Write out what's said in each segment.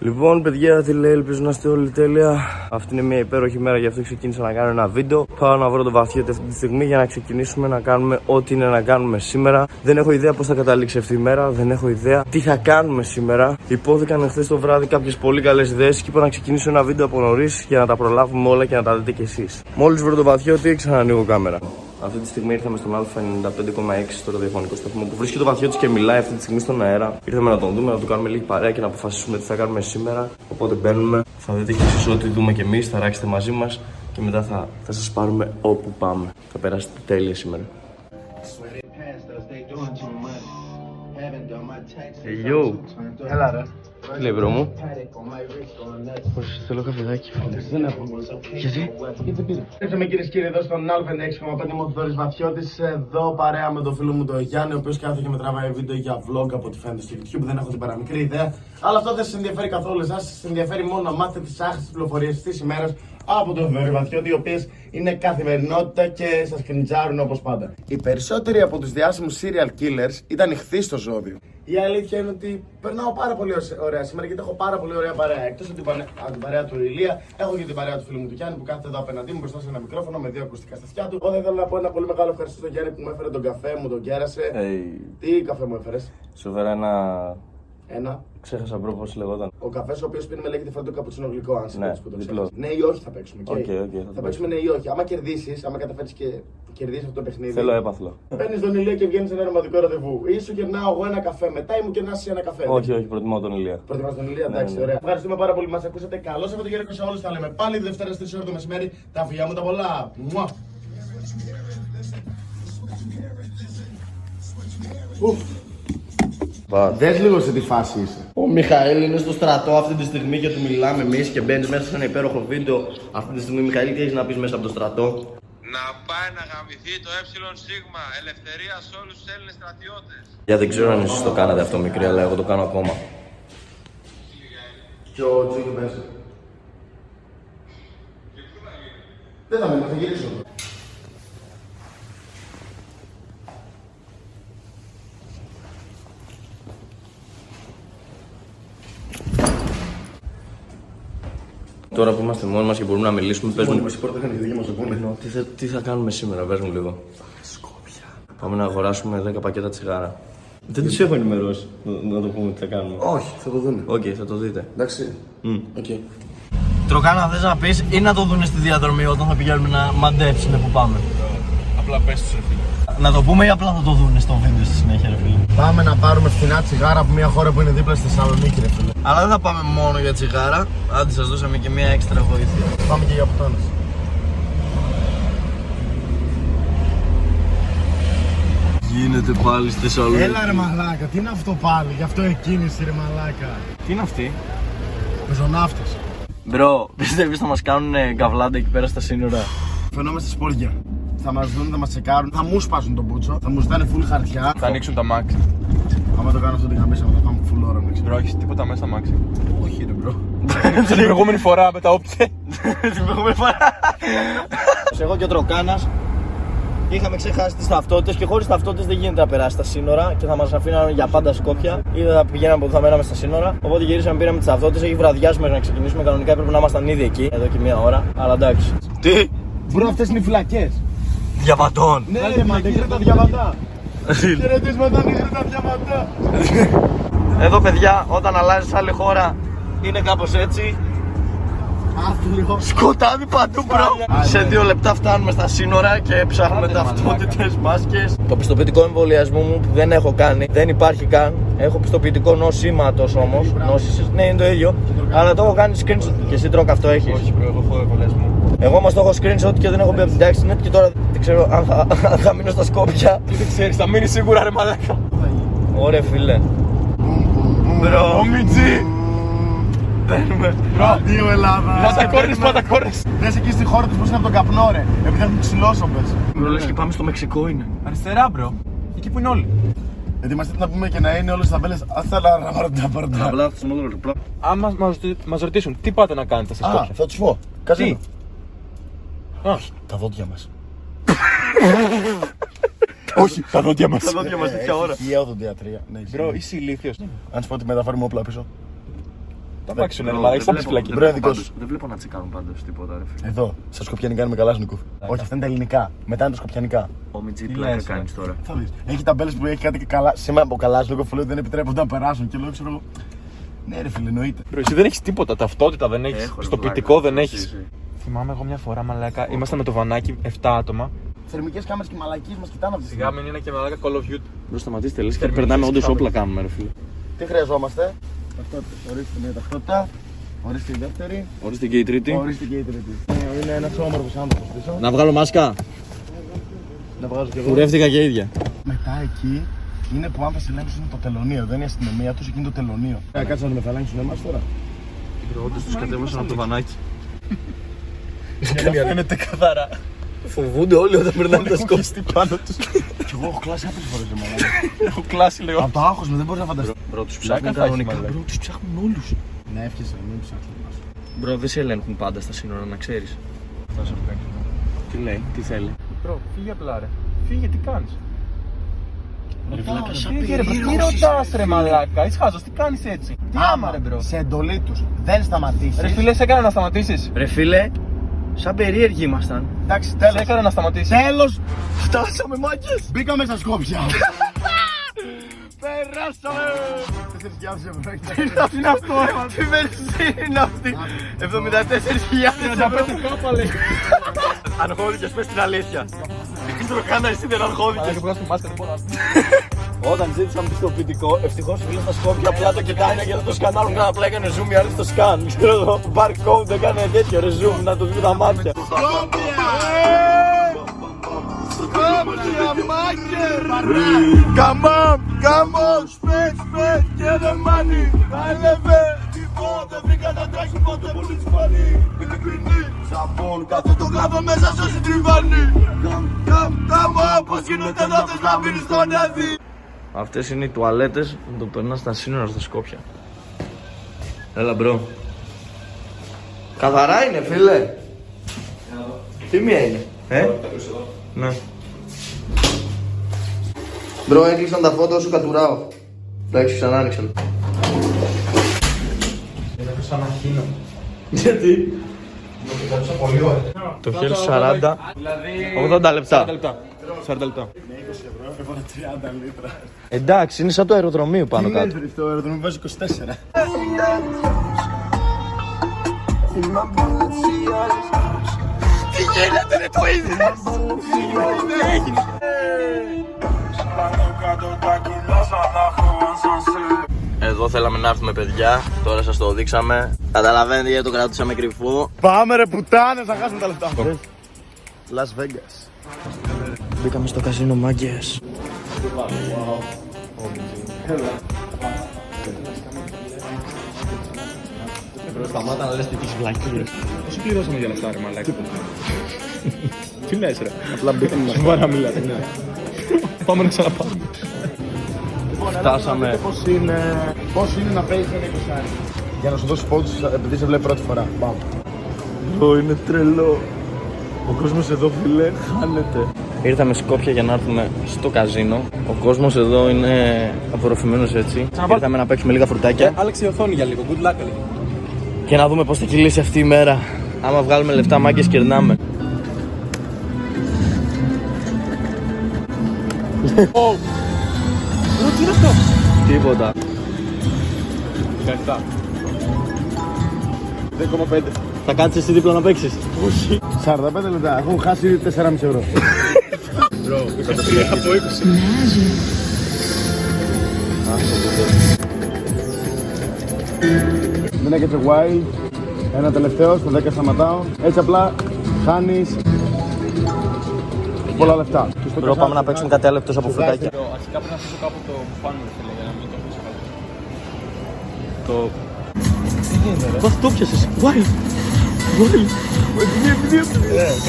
Λοιπόν, παιδιά, τι λέει, ελπίζω να είστε όλοι τέλεια. Αυτή είναι μια υπέροχη μέρα, γι' αυτό ξεκίνησα να κάνω ένα βίντεο. Πάω να βρω το βαθιότητα αυτή τη στιγμή για να ξεκινήσουμε να κάνουμε ό,τι είναι να κάνουμε σήμερα. Δεν έχω ιδέα πώς θα καταλήξει αυτή η μέρα, δεν έχω ιδέα τι θα κάνουμε σήμερα. Υπόθηκαν χθε το βράδυ κάποιες πολύ καλές ιδέες και είπα να ξεκινήσω ένα βίντεο από νωρίς για να τα προλάβουμε όλα και να τα δείτε κι εσείς. Μόλις βρω το βαθιότητα, ξανανοίγω κάμερα. Αυτή τη στιγμή ήρθαμε στον Α95,6 στο ραδιοφωνικό σταθμό που βρίσκεται το βαθιό της και μιλάει αυτή τη στιγμή στον αέρα. Ήρθαμε να τον δούμε, να του κάνουμε λίγη παρέα και να αποφασίσουμε τι θα κάνουμε σήμερα. Οπότε μπαίνουμε, θα δείτε κι εσείς ό,τι δούμε κι εμείς, θα ράξετε μαζί μας και μετά θα, θα σας πάρουμε όπου πάμε. Θα περάσετε τέλεια σήμερα. When they passed us, they doing too much. Haven't done my taxes. Hey, yo. I'm too turned up. Τι λέει, bro μου. Panic on my wrist going nuts. Όχι, θέλω καφεδάκι. Δεν okay. Γιατί? δεν πήρα. Ήρθαμε κυρίε και κύριοι εδώ στον Α6,5 μου Θοδωρή Βαθιώτη. Εδώ παρέα με τον φίλο μου τον Γιάννη, ο οποίος κάθε και με τραβάει βίντεο για vlog από ό,τι φαίνεται στο YouTube. Δεν έχω την παραμικρή ιδέα. Αλλά αυτό δεν σα ενδιαφέρει καθόλου εσάς. Σα ενδιαφέρει μόνο να μάθετε τις άχρηστες πληροφορίες της ημέρας από τον Θοδωρή Βαθιώτη, οι οποίες είναι καθημερινότητα και σας κριντζάρουν όπως πάντα. Οι περισσότεροι από τους διάσημους serial killers ήταν ηχθείς στο ζώδιο. Η αλήθεια είναι ότι περνάω πάρα πολύ ωραία σήμερα γιατί έχω πάρα πολύ ωραία παρέα. Εκτός από, την παρέ- από την παρέα του Ηλία, έχω και την παρέα του φίλου μου του Γιάννη που κάθεται εδώ απέναντί μου μπροστά σε ένα μικρόφωνο με δύο ακουστικά στα αυτιά του. Εγώ θα ήθελα να πω ένα πολύ μεγάλο ευχαριστώ στον Γιάννη που μου έφερε τον καφέ, μου τον κέρασε. Τι καφέ μου έφερες. Σοβαρά ένα. Ένα. Ξέχασα μπρο πώς λεγόταν. Ο καφές ο οποίος πίνουμε λέγεται φρέντο καπουτσίνο γλυκό, αν σε Ναι, ναι, που το διπλός. ξέρεις. Ναι ή όχι θα παίξουμε. Οκ, οκ, θα το θα παίξουμε ναι ή όχι. Άμα κερδίσεις, άμα καταφέρεις και κερδίσει αυτό το παιχνίδι. Θέλω έπαθλο. Παίρνεις τον ηλία και βγαίνεις σε ένα ρομαντικό ραντεβού. Ή σου κερνάω εγώ ένα καφέ, μετά ή μου κερνάς ένα καφέ. Όχι, όχι, προτιμώ τον Ηλία. Προτιμάς τον Ηλία, εντάξει, ναι. ωραία. Ευχαριστούμε πάρα πολύ που μας ακούσατε. Καλό Σαββατοκύριακο σε όλους. Τα λέμε πάλι τη Δευτέρα στις 4 το μεσημέρι. Τα φιλιά μου τα πολλά. Μουα. Δες λίγο σε τι φάση είσαι. Ο Μιχαήλ είναι στο στρατό αυτή τη στιγμή και του μιλάμε εμείς και μπαίνεις μέσα σε ένα υπέροχο βίντεο. Αυτή τη στιγμή, Μιχαήλ, τι έχεις να πεις μέσα από το στρατό. Να πάει να γαμηθεί το ε σίγμα. Ελευθερία σε όλους τους Έλληνες στρατιώτες. Για δεν ξέρω αν εσείς το κάνατε αυτό μικρή, αλλά εγώ το κάνω ακόμα. Και ο Τζίκη μέσα. Δεν θα μείνω, θα γυρίσω. Τώρα που είμαστε μόνοι μας και μπορούμε να μιλήσουμε, πες μου. η πόρτα είχαν και μας ακούνε. Τι θα, τι θα κάνουμε σήμερα, πες μου λίγο. Σκόπια. Πάμε να αγοράσουμε 10 πακέτα τσιγάρα. Δεν τους έχω ενημερώσει να- να το πούμε τι θα κάνουμε. Όχι, θα το δούνε. Οκ, θα το δείτε. Εντάξει. Οκ. Τροκάνα, θες να πεις ή να το δουν στη διαδρομή όταν θα πηγαίνουμε να μαντέψουν που πάμε. Απλά πες τους ρε φίλε. Να το πούμε ή απλά θα το δουν στο βίντεο στη συνέχεια, ρε φίλε. Πάμε να πάρουμε φθηνά τσιγάρα από μια χώρα που είναι δίπλα στη Θεσσαλονίκη, ρε φίλε. Αλλά δεν θα πάμε μόνο για τσιγάρα. Άντε, σας δώσαμε και μια έξτρα βοήθεια. Πάμε και για πουτάνες. Γίνεται πάλι στη Θεσσαλονίκη. ρε μαλάκα, τι είναι αυτό πάλι, γι' αυτό εκκίνηση ρε μαλάκα. Τι είναι αυτή. Πεζοναύτες. Μπρο, πιστεύεις θα μας κάνουν καβλάντα εκεί πέρα στα σύνορα. Φαινόμαστε σπόρια. Θα μας δουν, θα μας τσεκάρουν, θα μου σπάσουν τον μπούτσο, θα μου ζητάνε full χαρτιά. Θα ανοίξουν τα μάξι. Άμα το κάνω αυτό την καμπίσα μου, θα πάμε full ώρα με Μπρο, έχεις τίποτα μέσα στα μάξι. Όχι, ρε μπρο. Την προηγούμενη φορά με τα όπτια. Την προηγούμενη φορά. Εγώ και ο Τροκάνας είχαμε ξεχάσει τις ταυτότητες και χωρίς ταυτότητες δεν γίνεται να περάσει τα σύνορα και θα μας αφήναν για πάντα σκόπια ή θα πηγαίναμε που θα μέναμε στα σύνορα. Οπότε γυρίσαμε, πήραμε τις ταυτότητες. Έχει βραδιάσει μέχρι να ξεκινήσουμε. Κανονικά έπρεπε να ήμασταν ήδη εκεί εδώ και μία ώρα. Αλλά εντάξει. Τι! Μπρο, αυτές είναι οι φυλακές. Διαβατών! Ναι, ρε, μα δεν τα διαβατά. Χαιρετίσματα, δεν τα διαβατά. Εδώ παιδιά, όταν αλλάζεις άλλη χώρα είναι κάπως έτσι. Άστο λίγο. Σκοτάδι παντού, μπρο. Σε δύο λεπτά φτάνουμε στα σύνορα και ψάχνουμε ταυτότητε, μάσκε. Το πιστοποιητικό εμβολιασμού μου που δεν έχω κάνει, δεν υπάρχει καν. Έχω πιστοποιητικό νοσήματος όμως. Νόσησης, ναι, είναι το ίδιο. Αλλά το έχω κάνει screenshot. Και εσύ τρώκα αυτό έχεις. Όχι, μπρο, εγώ έχω εμβολιασμό. Εγώ όμως το έχω screenshot και δεν έχω πει από την τάξη net και τώρα δεν ξέρω αν θα, αν θα μείνω στα Σκόπια. Δεν ξέρεις, θα μείνεις σίγουρα ρε μαλάκα. Ωραία, φίλε. Μπρο, Μιτζή. παίρνουμε. Αντίο Ελλάδα. Πατακόρνες, πατακόρνες. Δες εκεί στη χώρα τους πώ είναι από τον καπνό, ρε. Επειδή έχουν ξυλόσομπε. Μπρο, λες και πάμε στο Μεξικό είναι. Αριστερά, μπρο. Εκεί που είναι όλοι. Ετοιμαστείτε να πούμε και να είναι όλες τις ταμπέλες. Ασταλά, να πάρω τα παρντά. Απλά θα σου απλά. Άμα μας ρωτήσουν, τι πάτε να κάνετε στα Α, Σκόπια. θα τους πω. Κάτσε. Τι? εδώ. Α. Τα δόντια μας. Όχι, τα δόντια μας. Τα δόντια μας, τέτοια ώρα. Η οδοντιατρία. Ναι, Μπρο, ισχύει. είσαι ηλίθιος. Αν σου πω ότι μεταφέρουμε όπλα πίσω. Τα μάξι σου λένε, έχεις τα φυλακή. Μπρε, δικό σου. Δεν βλέπω να τσεκάρουν πάντως τίποτα. Ρε. φίλε. Εδώ, στα σκοπιανικά είναι με καλάσνικοφ. Όχι, αυτά είναι τα ελληνικά. Μετά είναι τα σκοπιανικά. Ο Μιτζή Τι πλάκα λες, ρε. κάνει τώρα. Θα δεις. Έχει ταμπέλες που έχει κάτι και καλά. Σήμερα από καλά σου που δεν επιτρέπονται να περάσουν. Και λέω, ξέρω εγώ. Ναι, ρε φίλε, εννοείται. Μπρο, Εσύ δεν έχεις τίποτα, ταυτότητα δεν έχεις. Έχω, ρε, Στο πλάκα. ποιητικό δεν Εσύ, έχεις. εσύ. Θυμάμαι εγώ μια φορά, μαλάκα. Ήμασταν με το βανάκι 7 άτομα. Θερμικές κάμερες και μαλακίες μας κοιτάνε αυτή τη Σιγά στιγμή. μην είναι και μαλάκα Call of Duty. Μπρο σταματήστε, λες και Θερμίδες, περνάμε όντως κάμερες. όπλα κάνουμε, ρε φίλε. Τι χρειαζόμαστε. Ταυτότητα. Ορίστε μια ταυτότητα. Ορίστε η δεύτερη. Ορίστε και η τρίτη. Ορίστε και η τρίτη. Ε, Είναι ένας όμορφος άνθρωπος πίσω. Να βγάλω μάσκα. Να βγάζω κι εγώ. Κουρεύτηκα και ίδια. Μετά εκεί είναι που αν θα συλλέξουν το τελωνίο. Δεν είναι η αστυνομία τους, εκεί είναι το τελωνίο. Ε, κάτσε να με θαλάσσουν εμάς τώρα. Όντω τους κατέβασαν από το βανάκι. Φαίνεται καθαρά. Φοβούνται όλοι όταν περνάνε τα σκόπια. πάνω τους. Κι εγώ έχω κλάσει άπειρες φορές εμένα. Έχω κλάσει λίγο. Από το άγχος μου δεν μπορεί να φανταστεί. Μπρο, του ψάχνουν Πλάκα θα έχει, κανονικά. μαλάκα. Μπρο, τους ψάχνουν όλους. Να εύχεσαι, Ναι, μην ψάχνει εμάς. Μπρο, δεν σε ελέγχουν πάντα στα σύνορα, να ξέρεις. Τι λέει, τι θέλει. Μπρο, φύγε απλά ρε. Φύγε, τι κάνεις. Ρωτάω, σαν Φύγε ρε, μπρο. περίεργος τι ρωτάς ρε μαλάκα. Είσαι χάζο, τι κάνεις έτσι. Τι άμα ρε μπρο. Σε εντολή τους δεν σταματήσεις. Ρε φίλε, σε έκανα να σταματήσεις. Ρε φίλε, σαν περίεργοι ήμασταν. Εντάξει, Σε τέλο. έκανα να σταματήσεις. Τέλος. Φτάσαμε, μάγκες! Μπήκαμε στα Σκόπια. Περάσαμε. Τέσσερι χιλιάδε ευρώ. Τι είναι αυτό, ε, Τι βενζίνη είναι αυτή. 74.000 ευρώ. Αρχόδικες, πες την αλήθεια. Τι τροκάνα εσύ δεν Μαλάκα, αρχόδικες. που βγάζεις τη μάσκα, δεν μπορώ να- Όταν ζήτησαν πιστοποιητικό, ευτυχώ φίλε στα Σκόπια απλά το κοιτάνε γιατί το σκανάρουν καν απλά έκανε zoom, οι άλλοι το σκαν. Ξέρω εγώ, barcode έκανε τέτοιο ρε zoom, να το δει τα μάτια. Αυτές είναι οι τουαλέτες που το περνάς στα σύνορα στα Σκόπια. Έλα μπρο. Καθαρά είναι φίλε. Τι μία είναι. Ε? Ναι. Μπρο έκλεισαν τα φώτα όσο κατουράω. Εντάξει ξανά άνοιξαν. Γιατί? Το χέρι 40, 80 λεπτά. 40 λεπτά. 40 λεπτά. Εντάξει, είναι σαν το αεροδρομίο πάνω κάτω. Κάτω. Το αεροδρόμιο βάζει 24. Εδώ θέλαμε να έρθουμε παιδιά, τώρα σας το δείξαμε. Καταλαβαίνετε γιατί το κρατούσαμε κρυφό. Πάμε ρε πουτάνε, θα χάσουμε τα λεφτά. Las Vegas. Μπήκαμε στο καζίνο μάγκες. Σταμάτα να λες τις έχει βλακίες. Πόσο πληρώσαμε για λεφτά, ρε μαλάκα. Τι λες, ρε. Απλά μπήκαμε. Σοβαρά μιλάτε. Πάμε να ξαναπάμε. Φτάσαμε. Πώς είναι, πώς είναι να παίζεις ένα 20 Για να σου δώσει πόντους επειδή σε βλέπει πρώτη φορά. Πάμε. Αυτό είναι τρελό. Ο κόσμος εδώ, φίλε, χάνεται. Ήρθαμε Σκόπια για να έρθουμε στο καζίνο. Ο κόσμος εδώ είναι απορροφημένος έτσι. Ξαναπά- Ήρθαμε να παίξουμε λίγα φρουτάκια Άλλαξε η οθόνη για λίγο. Good luck, λίγο. και να δούμε πώς θα κυλήσει αυτή η μέρα. Άμα βγάλουμε λεφτά, μάγκες κερνάμε. τι είναι αυτό. Τίποτα. 17. 10,5. Θα κάτσεις εσύ δίπλα να παίξεις. 45 λεπτά. Έχω χάσει 4,5 ευρώ. Δεν έκατσε wild. Ένα τελευταίο, στο 10 σταματάω. Έτσι απλά χάνεις πολλά λεφτά. Και στο Μπρο, πάμε να παίξουμε κάτι άλλο εκτός από φρουτάκια. Αρχικά πρέπει να αφήσω κάπου το πάνω, ρε φίλε, για να μην το αφήσω κάτω. Το. Πώς το πιασε, Wild! Wild! Επειδή,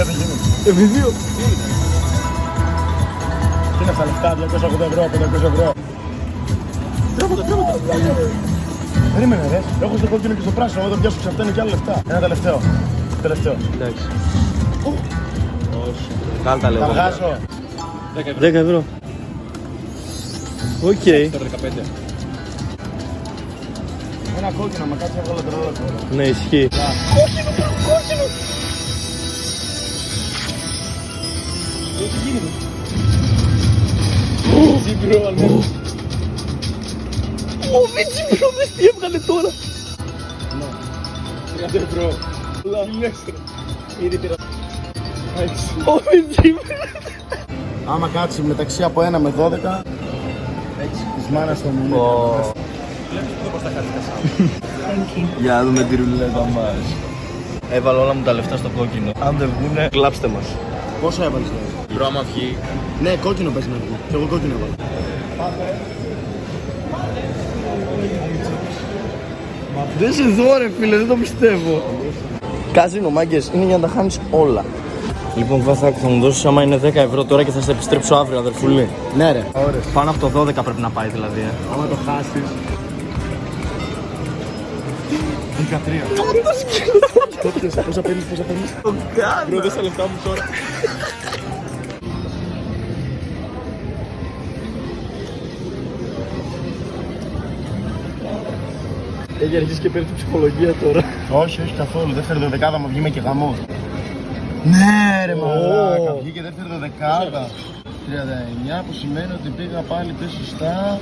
επειδή, επειδή. Τι είναι αυτά τα λεφτά, 280 ευρώ, 500 ευρώ. Τρέχοντα, τρέχοντα. Περίμενε, ρε. Έχω στο κόκκινο και στο πράσινο. Εγώ το πιάσω ξαφνικά και άλλα λεφτά. Ένα τελευταίο. Τελευταίο. Εντάξει. Κάνε τα Θα λεφτά. βγάζω. 10 ευρώ. Οκ. Τώρα 15. Ένα κόκκινο, μα κάτσε εγώ λατρεύω. Ναι, ισχύει. Άμα κάτσεις μεταξύ από 1 με 12, έτσι τη μάνας στο μουνί. Για να δούμε τη ρουλέτα μας. Έβαλα όλα μου τα λεφτά στο κόκκινο. Αν δεν βγουνε, κλάψτε μας. Πόσο έβαλες τώρα. Bro, άμα βγει, Ναι, κόκκινο πες να βγει. Και εγώ κόκκινο έβαλα. Δεν σε δω, ρε φίλε, δεν το πιστεύω. Καζίνο, μάγκες, είναι για να τα χάνεις όλα. Λοιπόν, Βάθακ, θα μου δώσεις άμα είναι 10 ευρώ τώρα και θα σε επιστρέψω αύριο, αδερφούλη. Ναι, ρε. Πάνω από το 12 πρέπει να πάει δηλαδή. ε. Άμα το χάσεις. 13. Κόκκινο, πόσα παίρνει, πόσα παίρνει. bro, δώσε λεφτά μου τώρα. Έχει αρχίσει και παίρνει την ψυχολογία τώρα. Όχι, όχι καθόλου. Δεύτερη δωδεκάδα μου βγήκε και γαμό. Ναι, ρε μαλάκα. Βγήκε δεύτερη δωδεκάδα. 39 που σημαίνει ότι πήγα πάλι πίσω στα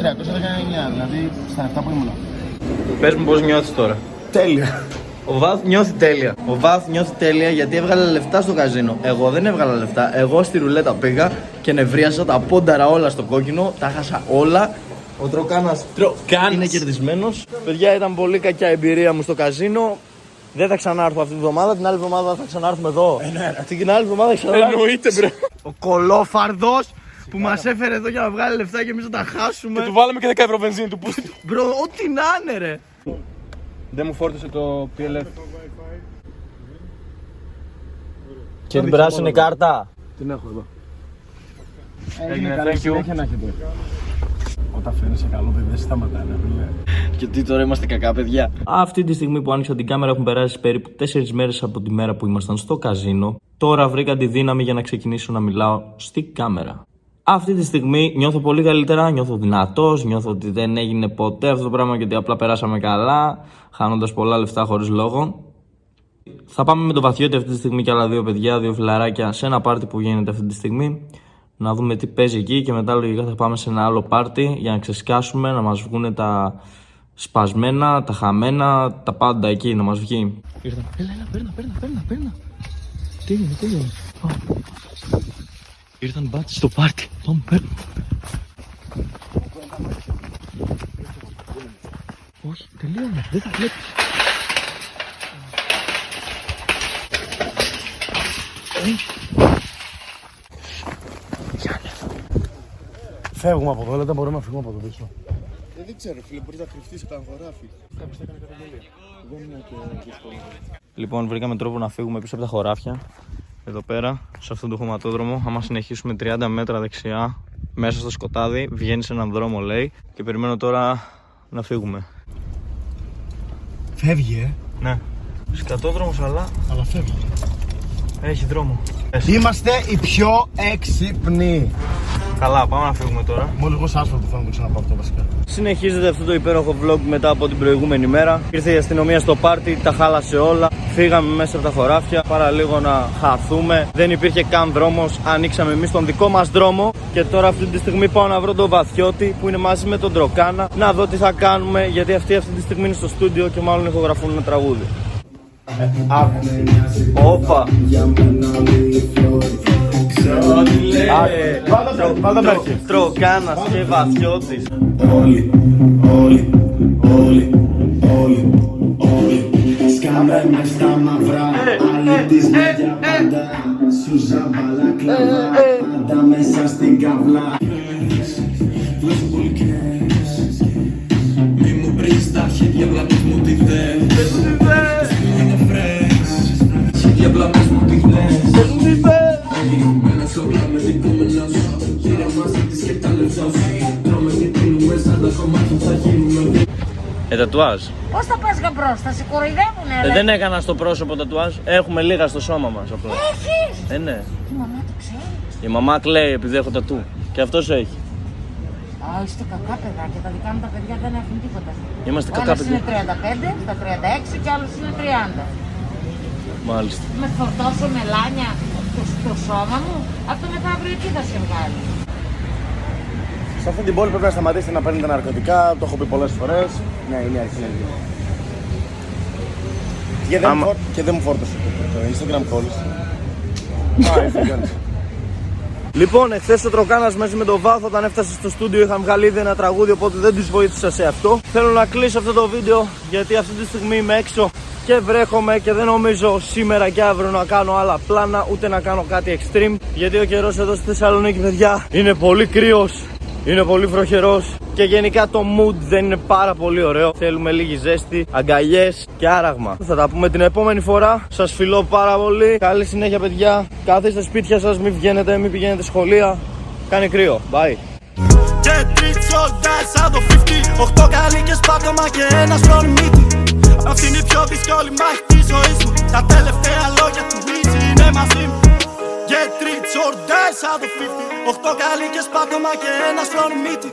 319, δηλαδή στα 7 που ήμουν. Πες μου πώς νιώθεις τώρα. Τέλεια. Ο Βάθ νιώθει τέλεια. Ο Βάθ νιώθει τέλεια γιατί έβγαλε λεφτά στο καζίνο. Εγώ δεν έβγαλα λεφτά. Εγώ στη ρουλέτα πήγα και νευρίασα τα πόνταρα όλα στο κόκκινο. Τα χάσα όλα. Ο Τροκάνας είναι κερδισμένος. Παιδιά, ήταν πολύ κακιά εμπειρία μου στο καζίνο. Δεν θα ξανάρθω αυτή τη βδομάδα. Την άλλη βδομάδα θα ξανάρθουμε εδώ. Την άλλη βδομάδα θα Ε, ξανάρθουμε. ναι, Εννοείται, bro. Ο κολόφαρδος που μας έφερε εδώ για να βγάλει λεφτά και εμείς να τα χάσουμε. Του βάλαμε και 10 ευρώ βενζίνη του πούστη του. Μπρο, ό,τι να είναι, ρε. Δεν μου φόρτωσε το PLF. Και την πράσινη κάρτα. Την έχω εδώ. Έγινε, thank you. να έχετε. Όταν φαίνεσαι καλό παιδί δεν σταματάνε, φίλε. Και τι τώρα είμαστε κακά παιδιά. Αυτή τη στιγμή που άνοιξα την κάμερα έχουν περάσει περίπου 4 μέρες από τη μέρα που ήμασταν στο καζίνο. Τώρα βρήκα τη δύναμη για να ξεκινήσω να μιλάω στη κάμερα. Αυτή τη στιγμή νιώθω πολύ καλύτερα, νιώθω δυνατός, νιώθω ότι δεν έγινε ποτέ αυτό το πράγμα και ότι απλά περάσαμε καλά, χάνοντας πολλά λεφτά χωρίς λόγο. Θα πάμε με το βαθιότη αυτή τη στιγμή και άλλα δύο παιδιά, δύο φιλαράκια σε ένα πάρτι που γίνεται αυτή τη στιγμή. Να δούμε τι παίζει εκεί και μετά λογικά θα πάμε σε ένα άλλο πάρτι για να ξεσκάσουμε, να μας βγουν τα σπασμένα, τα χαμένα, τα πάντα εκεί να μας βγει. Φεύγουμε από εδώ, αλλά δεν μπορούμε να φύγουμε από εδώ πίσω. Λοιπόν, βρήκαμε τρόπο να φύγουμε πίσω από τα χωράφια. Εδώ πέρα, σε αυτόν τον χωματόδρομο. Άμα συνεχίσουμε 30 μέτρα δεξιά, μέσα στο σκοτάδι, βγαίνει σε έναν δρόμο, λέει. Και περιμένω τώρα να φύγουμε. Φεύγει, ε. Ναι. Σκατόδρομος, αλλά Αλλά φεύγει. έχει δρόμο. Είμαστε οι πιο έξυπνοι. Καλά, πάμε να φύγουμε τώρα. Μόλι εγώ σα που θα μου ξαναπάω αυτό βασικά. Συνεχίζεται αυτό το υπέροχο vlog μετά από την προηγούμενη μέρα. Ήρθε η αστυνομία στο πάρτι, τα χάλασε όλα. Φύγαμε μέσα από τα χωράφια, παρά λίγο να χαθούμε. Δεν υπήρχε καν δρόμος, ανοίξαμε εμείς τον δικό μας δρόμο. Και τώρα αυτή τη στιγμή πάω να βρω τον Βαθιώτη που είναι μαζί με τον Τροκάνα. Να δω τι θα κάνουμε, γιατί αυτοί αυτή τη στιγμή είναι στο στούντιο και μάλλον ηχογραφούν ένα τραγούδι. Όπα! Πάντα μπέρκε. Τροκάνα και Βαθιώτη. Όλοι, όλοι, όλοι, όλοι, όλοι Σκάμε μες στα μαυρά, αλήτης με για πάντα Σούζα μπαλακλαβά, πάντα μέσα στην καβλά Βλέπω πολύ καιρές Μη μου βρεις τα χέρια, απλά πες μου τι θες Πες μου τι θες Είναι φρέσ Χέρια, απλά πες μου τι θες Πες μου τι θες Λιγμένα σώπλα με δικούμενα σου Γύρα μαζί της και τα λεφτά σου Τρώμε και πίνουμε σαν τα κομμάτια που θα γίνουμε Ε, τατουάζ. Πώς θα πας γαμπρός, θα σε κοροϊδεύουνε, Ε, ρε. δεν έκανα στο πρόσωπο τατουάζ. Έχουμε λίγα στο σώμα μας απλά. Έχεις! Ε, ναι. Η μαμά το ξέρει. Η μαμά κλαίει επειδή έχω τατού. Και αυτός έχει. Α, Α, είστε κακά παιδάκια. Τα δικά μου τα παιδιά δεν έχουν τίποτα. Είμαστε Ο κακά ένας παιδιά. είναι 35, τα 36 και άλλος είναι 30. Μάλιστα. Με φορτώσω μελάνια το, το σώμα μου, αυτό μετά αύριο εκεί θα σε βγάλει. Σε αυτή την πόλη πρέπει να σταματήσετε να παίρνετε ναρκωτικά. Το έχω πει πολλές φορές. Ναι, είναι η αρχή. Και δεν, Άμα- μου φορ- και δεν μου φόρτωσε το- το Instagram calls. Α, ήρθε κι άλλος. Λοιπόν, εχθές ο Τροκάνας μέσα με το βάθο, όταν έφτασε στο στούντιο, είχαν βγάλει ήδη ένα τραγούδι, οπότε δεν τους βοήθησα σε αυτό. Θέλω να κλείσω αυτό το βίντεο, γιατί αυτή τη στιγμή είμαι έξω και βρέχομαι και δεν νομίζω σήμερα και αύριο να κάνω άλλα πλάνα, ούτε να κάνω κάτι extreme. Γιατί ο καιρός εδώ στη Θεσσαλονίκη, παιδιά, είναι πολύ κρύος. Είναι πολύ βροχερό και γενικά το mood δεν είναι πάρα πολύ ωραίο. Θέλουμε λίγη ζέστη, αγκαλιές και άραγμα. Θα τα πούμε την επόμενη φορά. Σας φιλώ πάρα πολύ. Καλή συνέχεια, παιδιά. Καθίστε σπίτια σας, μην βγαίνετε, μην πηγαίνετε σχολεία. Κάνει κρύο. Bye. Και τρίτσο guys σαν το 50 Οχτώ καλοί και σπάτωμα και ένα φρονιμίτη Αυτή είναι η πιο δύσκολη μάχη της ζωής μου Τα τελευταία λόγια του Βίζη είναι μαζί μου Και τρίτσο guys σαν το 50 Οχτώ καλοί και σπάτωμα και ένα φρονιμίτη